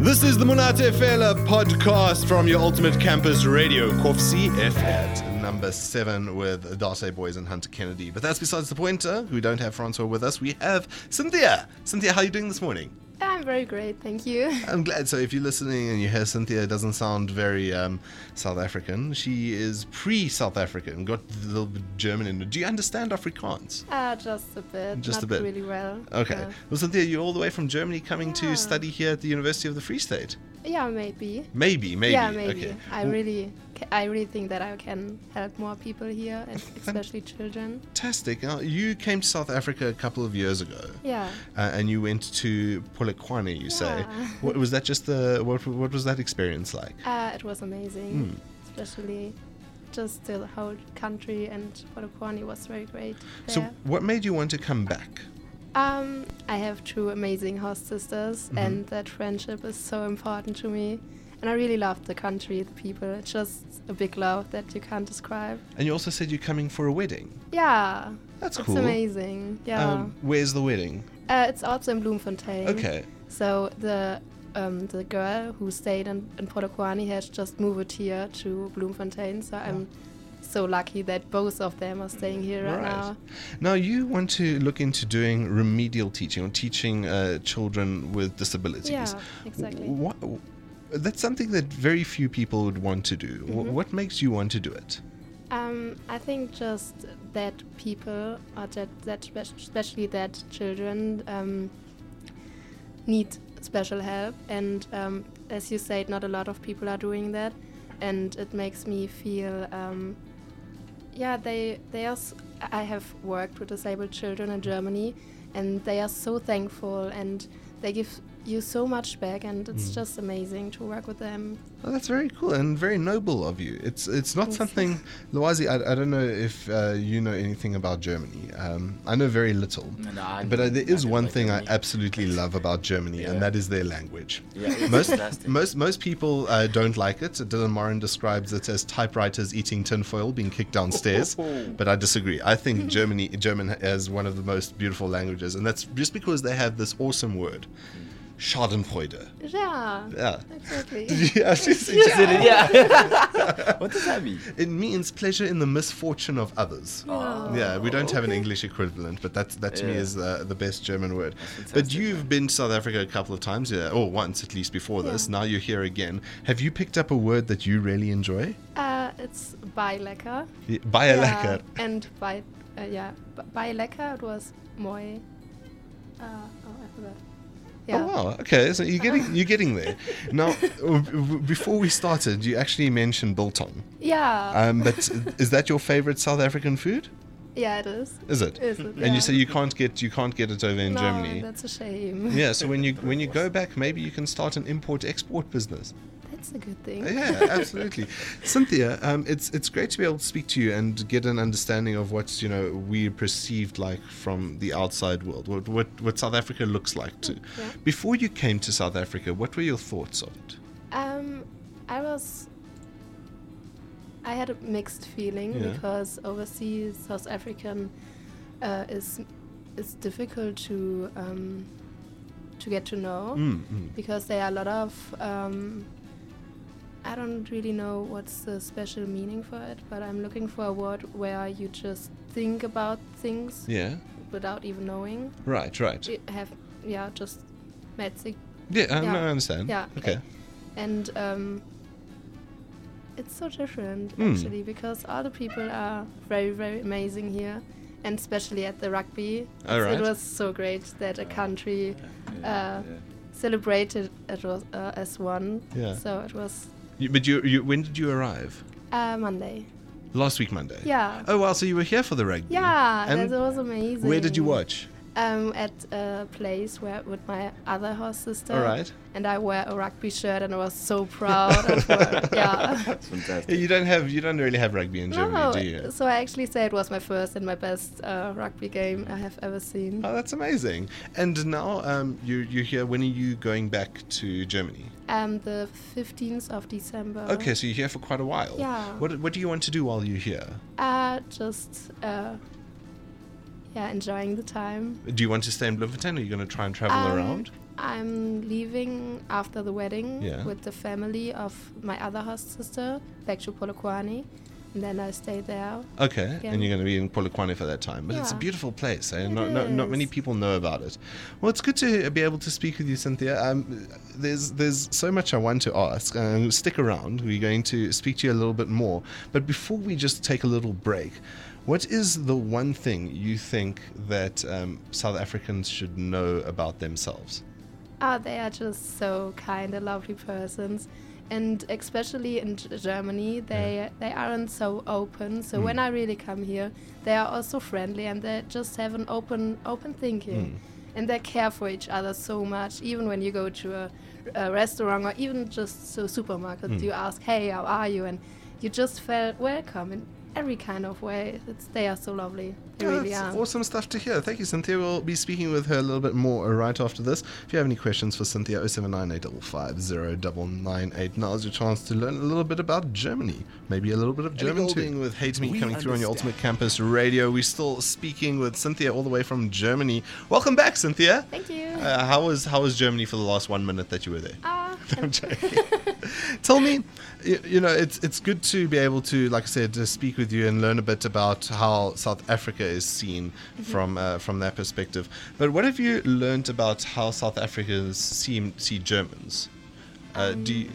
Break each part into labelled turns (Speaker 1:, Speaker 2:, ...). Speaker 1: This is the Munate Fela podcast from your ultimate campus radio, Kofsi FM.
Speaker 2: Number seven with Darte Boys and Hunter Kennedy. But that's besides the point. uh, We don't have Francois with us. We have Cynthia. Cynthia, how are you doing this morning?
Speaker 3: I'm very great, thank you.
Speaker 2: I'm glad. So if you're listening and you hear Cynthia doesn't sound very um, South African, she is pre-South African, got a little bit German in her. Do you understand Afrikaans?
Speaker 3: Uh, just a bit.
Speaker 2: Just
Speaker 3: not
Speaker 2: a bit.
Speaker 3: really well. Uh,
Speaker 2: Okay.
Speaker 3: Yeah,
Speaker 2: Well, Cynthia, you're all the way from Germany coming
Speaker 3: Yeah.
Speaker 2: to study here at the University of the Free State.
Speaker 3: Yeah, maybe.
Speaker 2: Maybe, maybe.
Speaker 3: Yeah, maybe.
Speaker 2: Okay.
Speaker 3: I
Speaker 2: Well,
Speaker 3: really, ca- I really think that I can help more people here, and especially children.
Speaker 2: Fantastic. Now, you came to South Africa a couple of years ago.
Speaker 3: Yeah.
Speaker 2: uh, and you went to Polokwane, you say.
Speaker 3: Yeah.
Speaker 2: What was that? Just the what? What was that experience like?
Speaker 3: Uh, it was
Speaker 2: Hmm.
Speaker 3: amazing, especially just the whole country and Polokwane was very great.
Speaker 2: So,
Speaker 3: there.
Speaker 2: what made you want to come back?
Speaker 3: um, I have two amazing host sisters,
Speaker 2: Mm-hmm.
Speaker 3: and that friendship is so important to me. And I really love the country, the people. It's just a big love that you can't describe.
Speaker 2: And you also said you're coming for a wedding.
Speaker 3: Yeah.
Speaker 2: That's
Speaker 3: it's
Speaker 2: cool.
Speaker 3: amazing. Yeah.
Speaker 2: Um, where's the wedding?
Speaker 3: uh, it's also in Bloemfontein.
Speaker 2: Okay.
Speaker 3: So the um, the girl who stayed in, in Polokwane has just moved here to Bloemfontein. So I'm so lucky that both of them are staying here right, now.
Speaker 2: Now you want to look into doing remedial teaching or teaching uh, children with disabilities.
Speaker 3: Yeah, exactly.
Speaker 2: What, that's something that very few people would want to do. Wh-
Speaker 3: Mm-hmm.
Speaker 2: What makes you want to do it?
Speaker 3: Um, I think just that people, or that, that spe- especially that children, um, need special help. And um, as you said, not a lot of people are doing that, and it makes me feel, um, yeah, they they are. s- I have worked with disabled children in Germany, and they are so thankful, and they give you so much back, and
Speaker 2: Mm.
Speaker 3: it's just amazing to work with them.
Speaker 2: Oh, that's very cool and very noble of you. It's it's not
Speaker 3: Thanks.
Speaker 2: something, Luazi. I, I don't know if uh, you know anything about Germany. Um, I know very little,
Speaker 4: No, no, I-
Speaker 2: but uh, there
Speaker 4: I
Speaker 2: is
Speaker 4: don't
Speaker 2: one
Speaker 4: like
Speaker 2: thing I
Speaker 4: Germany.
Speaker 2: absolutely love about Germany, and
Speaker 4: Yeah.
Speaker 2: that is their language.
Speaker 4: Yeah, it's
Speaker 2: most
Speaker 4: fantastic.
Speaker 2: most most people uh, don't like it. Dylan Moran describes it as typewriters eating tinfoil, being kicked downstairs. But I disagree. I think Germany German is one of the most beautiful languages, and that's just because they have this awesome word,
Speaker 4: Mm.
Speaker 2: Schadenfreude.
Speaker 3: Yeah,
Speaker 2: Yeah.
Speaker 3: exactly.
Speaker 2: Did you actually say
Speaker 4: yeah. what does that mean?
Speaker 2: It means pleasure in the misfortune of others.
Speaker 4: Oh.
Speaker 2: Yeah, we don't have an English equivalent, but that's, that to me
Speaker 4: Yeah.
Speaker 2: is uh, the best German word. But
Speaker 4: fantastic,
Speaker 2: you've been to South Africa a couple of times, yeah, or once at least before this.
Speaker 3: Yeah.
Speaker 2: Now you're here again. Have you picked up a word that you really enjoy?
Speaker 3: Uh, it's Beilecker.
Speaker 2: Y- Baie lekker.
Speaker 3: And by, uh, yeah, b- Beilecker, it was moi. Uh, oh, I forgot. Yeah.
Speaker 2: Oh wow! Okay, so you're getting you're getting there. Now, w- w- before we started, you actually mentioned biltong,
Speaker 3: Yeah.
Speaker 2: um, but is that your favorite South African food?
Speaker 3: yeah, it is.
Speaker 2: Is it?
Speaker 3: Is it?
Speaker 2: And
Speaker 3: Yeah.
Speaker 2: you say you can't get you can't get it over in
Speaker 3: no,
Speaker 2: Germany.
Speaker 3: That's a shame.
Speaker 2: Yeah, so when you when you go back, maybe you can start an import export business.
Speaker 3: That's a good thing.
Speaker 2: Yeah, absolutely. Cynthia, um, it's it's great to be able to speak to you and get an understanding of what you know we perceived like from the outside world, what what, what South Africa looks like too.
Speaker 3: Yeah.
Speaker 2: Before you came to South Africa, what were your thoughts of it?
Speaker 3: Um, I was. I had a mixed feeling
Speaker 2: Yeah.
Speaker 3: because overseas South African uh, is is difficult to um, to get to know
Speaker 2: Hmm. Mm,
Speaker 3: because there are a lot of um, I don't really know what's the special meaning for it, but I'm looking for a word where you just think about things
Speaker 2: Yeah,
Speaker 3: without even knowing.
Speaker 2: right, right.
Speaker 3: You have yeah, just magic
Speaker 2: Yeah, I,
Speaker 3: Yeah.
Speaker 2: Oh, I understand.
Speaker 3: Yeah,
Speaker 2: Okay.
Speaker 3: okay. and um, it's so different
Speaker 2: Mm.
Speaker 3: actually because all the people are very very amazing here and especially at the rugby It's-
Speaker 2: Alright.
Speaker 3: it was so great that a country
Speaker 4: Yeah,
Speaker 3: uh, celebrated it was, uh, as one
Speaker 2: Yeah.
Speaker 3: so it was
Speaker 2: You, but you, you when did you arrive?
Speaker 3: uh, monday
Speaker 2: Last week Monday.
Speaker 3: Yeah.
Speaker 2: Oh wow! So you were here for the rugby.
Speaker 3: yeah
Speaker 2: Mm. And
Speaker 3: that was amazing
Speaker 2: where did you watch?
Speaker 3: um, at a place where with my other host sister
Speaker 2: Alright.
Speaker 3: and i wear a rugby shirt and i was so proud of what, yeah
Speaker 4: It's fantastic.
Speaker 2: Yeah, you don't have you don't really have rugby in Germany, do you?
Speaker 3: so I actually say it was my first and my best uh, rugby game I have ever seen.
Speaker 2: Oh, that's amazing! And now um, you you here. When are you going back to Germany?
Speaker 3: Um, the 15th of December.
Speaker 2: Okay, so you're here for quite a while.
Speaker 3: Oh. Yeah.
Speaker 2: What what do you want to do while you're here?
Speaker 3: Uh, just uh, yeah, enjoying the time.
Speaker 2: Do you want to stay in Bloemfontein? Or are you going to try and travel
Speaker 3: Um,
Speaker 2: around?
Speaker 3: I'm leaving after the wedding
Speaker 2: Yeah.
Speaker 3: with the family of my other host sister back to Polokwane, and then I stay there.
Speaker 2: Okay,
Speaker 3: Yeah.
Speaker 2: and you're going to be in Polokwane for that time, but it's a
Speaker 3: Yeah.
Speaker 2: beautiful place, eh?
Speaker 3: It
Speaker 2: Not, not not many
Speaker 3: is.
Speaker 2: people know about it. Well, it's good to be able to speak with you, Cynthia. Um, there's there's so much I want to ask. Um, stick around. We're going to speak to you a little bit more, but before we just take a little break, what is the one thing you think that um, South Africans should know about themselves?
Speaker 3: Ah, they are just so kind and lovely persons. And especially in G- Germany, they they aren't so open.
Speaker 2: Hmm.
Speaker 3: So when I really come here, they are also friendly and they just have an open open thinking,
Speaker 2: Hmm.
Speaker 3: and they care for each other so much. Even when you go to a, a restaurant or even just so supermarket,
Speaker 2: Hmm.
Speaker 3: you ask, "Hey, how are you?" and you just felt welcome in every kind of way. It's, they are so lovely. They
Speaker 2: Yeah,
Speaker 3: really
Speaker 2: that's
Speaker 3: are.
Speaker 2: awesome stuff to hear. Thank you, Cynthia. We'll be speaking with her a little bit more uh, right after this. If you have any questions for Cynthia, 0798550998. Now is your chance to learn a little bit about Germany. Maybe a little bit of German too. with Hate Me
Speaker 4: We
Speaker 2: coming through on your
Speaker 4: understand.
Speaker 2: Ultimate Campus Radio. We're still speaking with Cynthia all the way from Germany. Welcome back, Cynthia.
Speaker 3: Thank you.
Speaker 2: Uh, how was how was Germany for the last one minute that you were there?
Speaker 3: Ah,
Speaker 2: I'm
Speaker 3: and-
Speaker 2: joking. Tell me, you, you know, it's it's good to be able to, like I said, to speak with you and learn a bit about how South Africa is seen from uh, from that perspective. But what have you learned about how South Africans see see Germans? Uh, do you,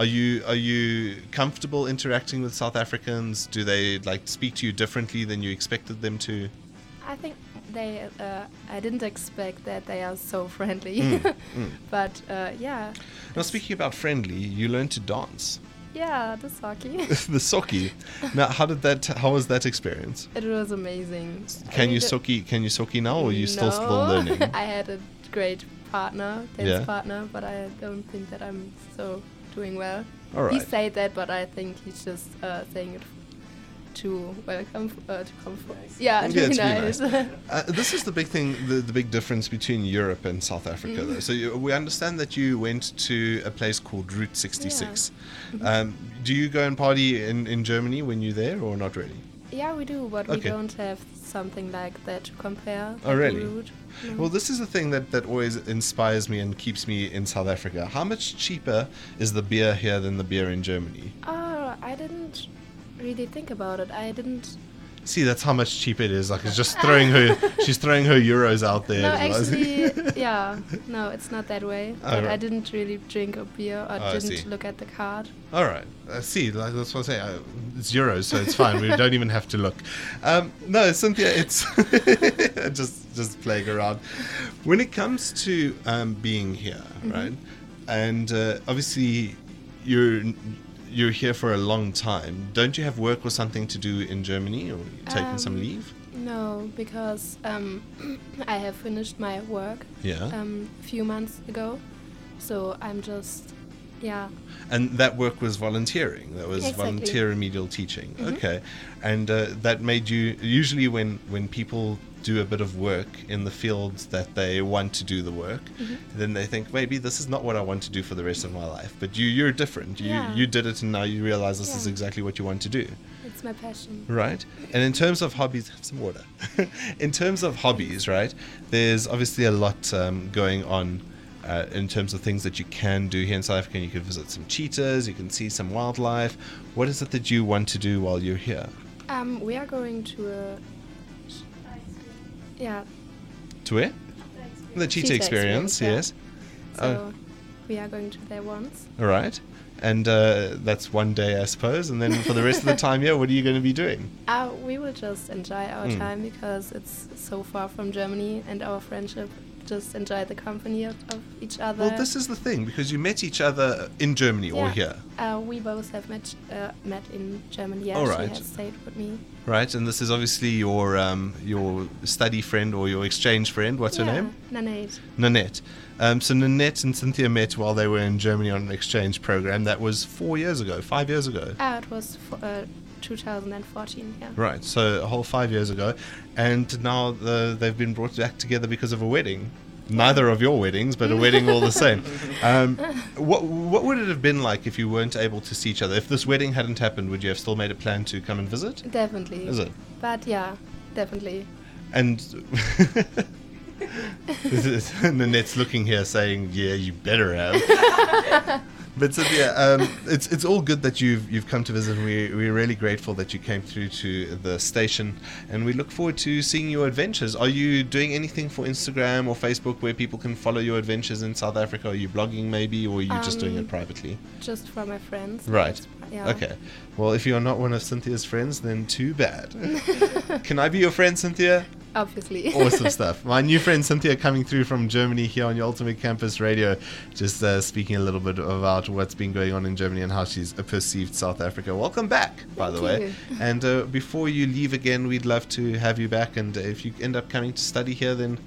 Speaker 2: are you are you comfortable interacting with South Africans? Do they like speak to you differently than you expected them to?
Speaker 3: I think they. Uh, I didn't expect that they are so friendly,
Speaker 2: Hmm,
Speaker 3: but uh, yeah,
Speaker 2: Now, speaking about friendly, you learned to dance
Speaker 3: yeah, the sake.
Speaker 2: the soki. Now, how did that? How was that experience?
Speaker 3: it was amazing. I
Speaker 2: Can
Speaker 3: mean,
Speaker 2: you
Speaker 3: the-
Speaker 2: soki? Can you soki now, or are you still still
Speaker 3: uh, No.
Speaker 2: learning?
Speaker 3: I had a great partner, dance
Speaker 2: Yeah.
Speaker 3: partner, but I don't think that I'm so doing well.
Speaker 2: All
Speaker 3: He
Speaker 2: right.
Speaker 3: said that, but I think he's just uh, saying it to welcome, uh, to come. For, yeah,
Speaker 2: Yeah,
Speaker 3: to be
Speaker 2: it's really
Speaker 3: nice.
Speaker 2: nice. Uh, this is the big thing, the, the big difference between Europe and South Africa,
Speaker 3: Mm-hmm.
Speaker 2: though. So you, we understand that you went to a place called Route 66.
Speaker 3: Mm-hmm.
Speaker 2: Um, do you go and party in, in Germany when you're there, or not really?
Speaker 3: yeah, we do, but
Speaker 2: Okay.
Speaker 3: we don't have something like that to compare.
Speaker 2: Oh,
Speaker 3: like a
Speaker 2: really?
Speaker 3: route. No.
Speaker 2: Well, this is the thing that, that always inspires me and keeps me in South Africa. How much cheaper is the beer here than the beer in Germany?
Speaker 3: Oh, I didn't really think about it. I didn't.
Speaker 2: See, that's how much cheaper it is. Like, it's just throwing her, she's throwing her euros out there.
Speaker 3: No,
Speaker 2: as well.
Speaker 3: actually, yeah. No, it's not that way. but I
Speaker 2: Ah, right.
Speaker 3: didn't really drink a beer or
Speaker 2: Oh, I see.
Speaker 3: didn't look at the card.
Speaker 2: All right. Uh, see, like, that's what I say. Uh, it's euros, so it's fine. we don't even have to look. Um, no, Cynthia, it's just just playing around. When it comes to um, being here,
Speaker 3: Mm-hmm.
Speaker 2: right, and uh, obviously you're you're here for a long time. Don't you have work or something to do in Germany, or you're taking some
Speaker 3: Um,
Speaker 2: leave?
Speaker 3: No, because um, I have finished my work
Speaker 2: Yeah.
Speaker 3: um, a few months ago. So I'm just, yeah.
Speaker 2: And that work was volunteering. That was
Speaker 3: Exactly. Mm-hmm.
Speaker 2: volunteer remedial teaching. Okay, and uh, that made you usually when when people do a bit of work in the field that they want to do the work,
Speaker 3: Mm-hmm.
Speaker 2: then they think maybe this is not what I want to do for the rest of my life. But you you're different. You
Speaker 3: Yeah.
Speaker 2: you did it, and now you realize this is
Speaker 3: Yeah.
Speaker 2: exactly what you want to do.
Speaker 3: It's my passion.
Speaker 2: Right. And in terms of hobbies, have some water. in terms of hobbies, right, there's obviously a lot um, going on uh, in terms of things that you can do here in South Africa. You can visit some cheetahs, you can see some wildlife. What is it that you want to do while you're here?
Speaker 3: Um, we are going to a. Yeah.
Speaker 2: To where? The cheetah,
Speaker 3: Cheetah
Speaker 2: experience,
Speaker 3: experience, yeah.
Speaker 2: yes. Oh.
Speaker 3: So we are going to there once.
Speaker 2: All right. And uh, that's one day, I suppose. And then for the rest of the time here, what are you going to be doing?
Speaker 3: Uh, we will just enjoy our
Speaker 2: Mm.
Speaker 3: time because it's so far from Germany and our friendship. Just enjoy the company of, of each other.
Speaker 2: Well, this is the thing because you met each other in Germany or
Speaker 3: Yeah.
Speaker 2: here.
Speaker 3: Uh, we both have met uh, met in Germany. Yeah,
Speaker 2: All
Speaker 3: she
Speaker 2: right.
Speaker 3: has stayed with me.
Speaker 2: Right, and this is obviously your um, your study friend or your exchange friend. What's
Speaker 3: yeah,
Speaker 2: her name?
Speaker 3: Nanette.
Speaker 2: Nanette. Um, so Nanette and Cynthia met while they were in Germany on an exchange program. That was four years ago, five years ago.
Speaker 3: Ah, it was f uh, 2014. Yeah.
Speaker 2: Right, so a whole five years ago, and now the, they've been brought back together because of a wedding. Neither of your weddings, but a wedding all the same. Um, what what would it have been like if you weren't able to see each other? If this wedding hadn't happened, would you have still made a plan to come and visit?
Speaker 3: Definitely.
Speaker 2: Is it?
Speaker 3: But yeah, definitely.
Speaker 2: And Nanette's looking here saying, "Yeah, you better have." but so, yeah, um, it's it's all good that you've you've come to visit. and We we're really grateful that you came through to the station, and we look forward to seeing your adventures. Are you doing anything for Instagram or Facebook where people can follow your adventures in South Africa? Are you blogging maybe, or are you just doing
Speaker 3: Um,
Speaker 2: it privately?
Speaker 3: Just for my friends.
Speaker 2: Right.
Speaker 3: Yeah.
Speaker 2: Okay. Well, if you are not one of Cynthia's friends, then too bad. Can I be your friend, Cynthia?
Speaker 3: Obviously.
Speaker 2: awesome stuff. My new friend Cynthia coming through from Germany here on your Ultimate Campus Radio, just uh, speaking a little bit about what's been going on in Germany and how she's perceived South Africa. Welcome back, by
Speaker 3: Thank
Speaker 2: the way.
Speaker 3: you.
Speaker 2: And uh, before you leave again, we'd love to have you back. And uh, if you end up coming to study here, then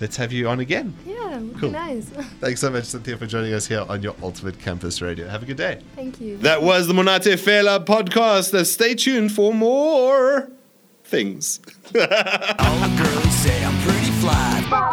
Speaker 2: let's have you on again.
Speaker 3: Yeah, would be
Speaker 2: Cool.
Speaker 3: nice.
Speaker 2: Thanks so much, Cynthia, for joining us here on your Ultimate Campus Radio. Have a good day.
Speaker 3: Thank you.
Speaker 1: That was the Monate Fela podcast. Uh, Stay tuned for more things.
Speaker 5: All the girls say I'm pretty fly.